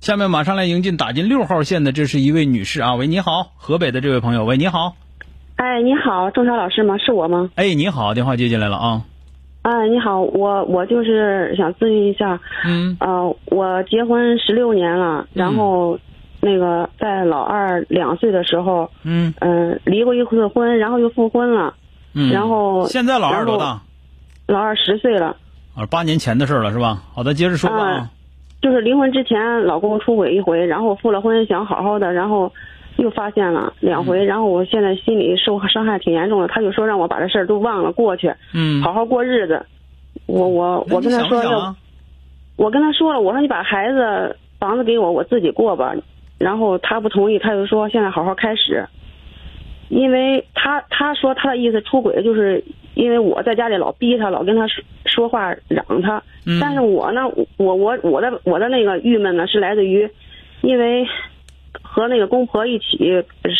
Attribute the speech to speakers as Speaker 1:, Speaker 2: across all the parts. Speaker 1: 下面马上来迎进打进六号线的，这是一位女士啊，喂，你好，河北的这位朋友，喂，你好，
Speaker 2: 哎，你好，钟晓老师吗？是我吗？
Speaker 1: 哎，你好，电话接进来了啊，
Speaker 2: 哎，你好，我我就是想咨询一下，
Speaker 1: 嗯
Speaker 2: 呃，我结婚十六年了，然后那个在老二两岁的时候，
Speaker 1: 嗯
Speaker 2: 嗯、离过一次婚，然后又复婚了，
Speaker 1: 嗯，
Speaker 2: 然后
Speaker 1: 现在老二多
Speaker 2: 然
Speaker 1: 大？
Speaker 2: 老二十岁了，
Speaker 1: 啊，八年前的事儿了是吧？好的，接着说吧啊，
Speaker 2: 就是离婚之前老公出轨一回，然后复了婚想好好的，然后。又发现了两
Speaker 1: 嗯
Speaker 2: 回，然后我现在心里受伤害挺严重的。他就说让我把这事儿都忘了过去，
Speaker 1: 嗯，
Speaker 2: 好好过日子。我我
Speaker 1: 那
Speaker 2: 我
Speaker 1: 你
Speaker 2: 跟他
Speaker 1: 想不
Speaker 2: 说
Speaker 1: 想
Speaker 2: 要
Speaker 1: 啊
Speaker 2: 我跟他说了，我说你把孩子房子给我，我自己过吧。然后他不同意，他就说现在好好开始，因为他他说他的意思出轨就是因为我在家里老逼他，老跟他说说话嚷他。
Speaker 1: 嗯
Speaker 2: 但是我呢，我我我的我的那个郁闷呢是来自于，因为和那个公婆一起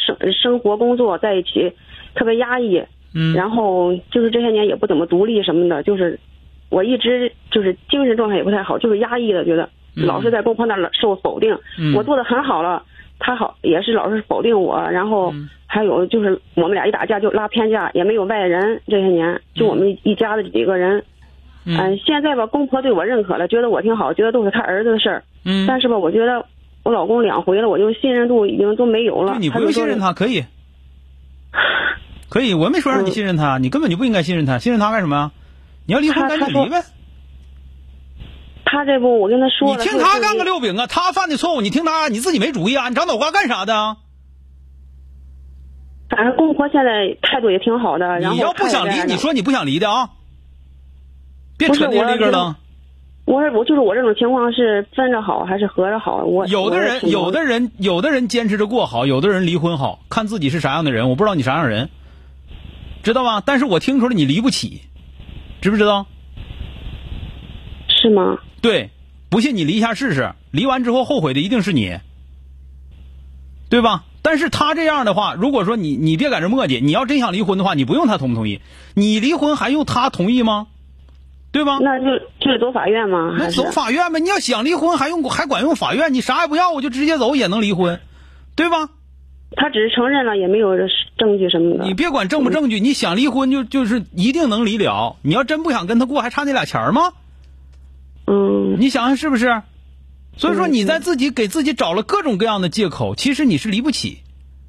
Speaker 2: 生生活工作在一起，特别压抑。
Speaker 1: 嗯，
Speaker 2: 然后就是这些年也不怎么独立什么的，就是我一直就是精神状态也不太好，就是压抑的，觉得
Speaker 1: 嗯
Speaker 2: 老是在公婆那儿受否定。
Speaker 1: 嗯
Speaker 2: 我做的很好了，他好也是老是否定我，然后
Speaker 1: 嗯
Speaker 2: 还有就是我们俩一打架就拉偏架，也没有外人。这些年就我们一家子几个人，嗯、
Speaker 1: 嗯
Speaker 2: 现在吧公婆对我认可了，觉得我挺好，觉得都是他儿子的事儿。
Speaker 1: 嗯，
Speaker 2: 但是吧，我觉得我老公两回了，我就信任度已经都没有了
Speaker 1: 对。你不
Speaker 2: 就
Speaker 1: 用
Speaker 2: 说
Speaker 1: 信任他，可 以，可以，我没说让
Speaker 2: 嗯
Speaker 1: 你信任他，你根本就不应该信任他，信任他干什么呀？你要离婚
Speaker 2: 他
Speaker 1: 赶
Speaker 2: 他
Speaker 1: 紧
Speaker 2: 说
Speaker 1: 离呗，
Speaker 2: 他这不我跟他说
Speaker 1: 你
Speaker 2: 了，
Speaker 1: 听
Speaker 2: 说
Speaker 1: 他
Speaker 2: 自
Speaker 1: 干
Speaker 2: 己
Speaker 1: 个六饼啊，他犯的错误你听他，你自己没主意啊，你长脑瓜干啥的啊？
Speaker 2: 反正公婆现在态度也挺好的。啊然后
Speaker 1: 你要不
Speaker 2: 看着
Speaker 1: 想
Speaker 2: 家
Speaker 1: 离，
Speaker 2: 长
Speaker 1: 你说你不想离的啊，别
Speaker 2: 不是
Speaker 1: 扯那
Speaker 2: 我
Speaker 1: 个立根儿
Speaker 2: 就
Speaker 1: 了。
Speaker 2: 我是我就是我这种情况是分着好还是合着好？我
Speaker 1: 有的人，有的
Speaker 2: 人
Speaker 1: 人，有的人坚持着过好，有的人离婚好，看自己是啥样的人。我不知道你啥样的人，知道吧？但是我听出来你离不起，知不知道？
Speaker 2: 是吗？
Speaker 1: 对，不信你离一下试试，离完之后后悔的一定是你，对吧？但是他这样的话，如果说你你别在这磨叽，你要真想离婚的话，你不用他同不同意，你离婚还用他同意吗？对吧？
Speaker 2: 那就就是走法院吗？
Speaker 1: 那
Speaker 2: 还是
Speaker 1: 走法院呗，你要想离婚还用还管用法院？你啥也不要，我就直接走也能离婚，对吧？
Speaker 2: 他只是承认了，也没有证据什么的
Speaker 1: 你。别管证不证据，你想离婚就就是一定能离了。你要真不想跟他过，还差那俩钱儿吗？
Speaker 2: 嗯，
Speaker 1: 你想想是不是？所以说
Speaker 2: 嗯
Speaker 1: 你在自己给自己找了各种各样的借口，其实你是离不起。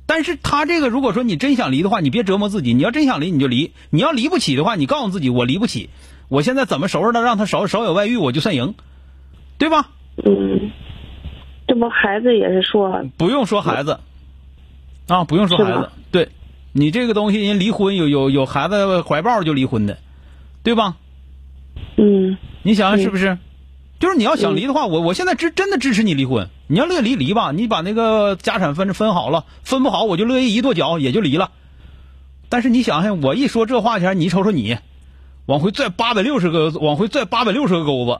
Speaker 1: 但是他这个，如果说你真想离的话，你别折磨自己。你要真想离，你就离；你要离不起的话，你告诉自己我离不起。我现在怎么收拾他，让他少少有外遇，我就算赢，对吧？
Speaker 2: 嗯，这不孩子也是说，
Speaker 1: 不用说孩子，啊，不用说
Speaker 2: 是
Speaker 1: 孩子
Speaker 2: 吧，
Speaker 1: 对你这个东西，人离婚有有有孩子怀抱就离婚的，对吧？
Speaker 2: 嗯
Speaker 1: 你想想是不是？就是你要想离的话，我我现在支真的支持你离婚。你要乐意离离吧，你把那个家产分分好了，分不好我就乐意一跺脚也就离了。但是你想想，我一说这话前，你瞅瞅你，往回拽八百六十个，往回拽八百六十个钩子，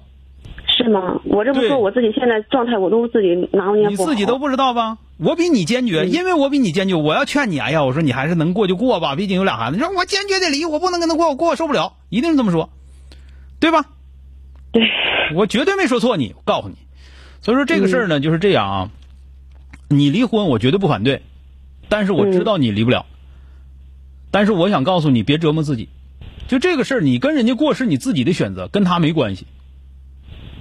Speaker 2: 是吗？我这不
Speaker 1: 对
Speaker 2: 说我自己现在状态，我都自己拿捏
Speaker 1: 你
Speaker 2: 不好。
Speaker 1: 自己都不知道吧？我比你坚决，
Speaker 2: 嗯
Speaker 1: 因为我比你坚决。我要劝你，哎呀，我说你还是能过就过吧，毕竟有俩孩子。你说我坚决得离，我不能跟他过，我过我受不了，一定是这么说，对吧？
Speaker 2: 对，
Speaker 1: 我绝对没说错你，我告诉你。所以说这个事儿
Speaker 2: 嗯
Speaker 1: 呢，就是这样啊。你离婚，我绝对不反对，但是我知道你离不了。但是我想告诉你，别折磨自己。就这个事儿，你跟人家过是你自己的选择，跟他没关系。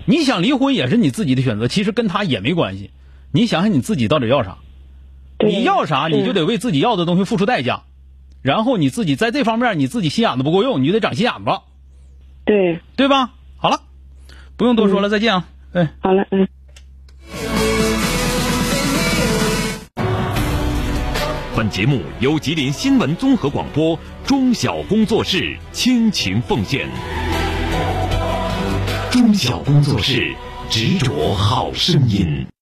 Speaker 1: 你想离婚也是你自己的选择，其实跟他也没关系。你想想你自己到底要啥？
Speaker 2: 对
Speaker 1: 你要啥，你就得为自己要的东西付出代价。然后你自己在这方面你自己心眼子不够用，你就得长心眼子，
Speaker 2: 对。
Speaker 1: 对吧？好了，不用多说
Speaker 2: 嗯
Speaker 1: 了，再见啊！哎。
Speaker 2: 好了，嗯。
Speaker 3: 本节目由吉林新闻综合广播中小工作室倾情奉献。中小工作室执着好声音。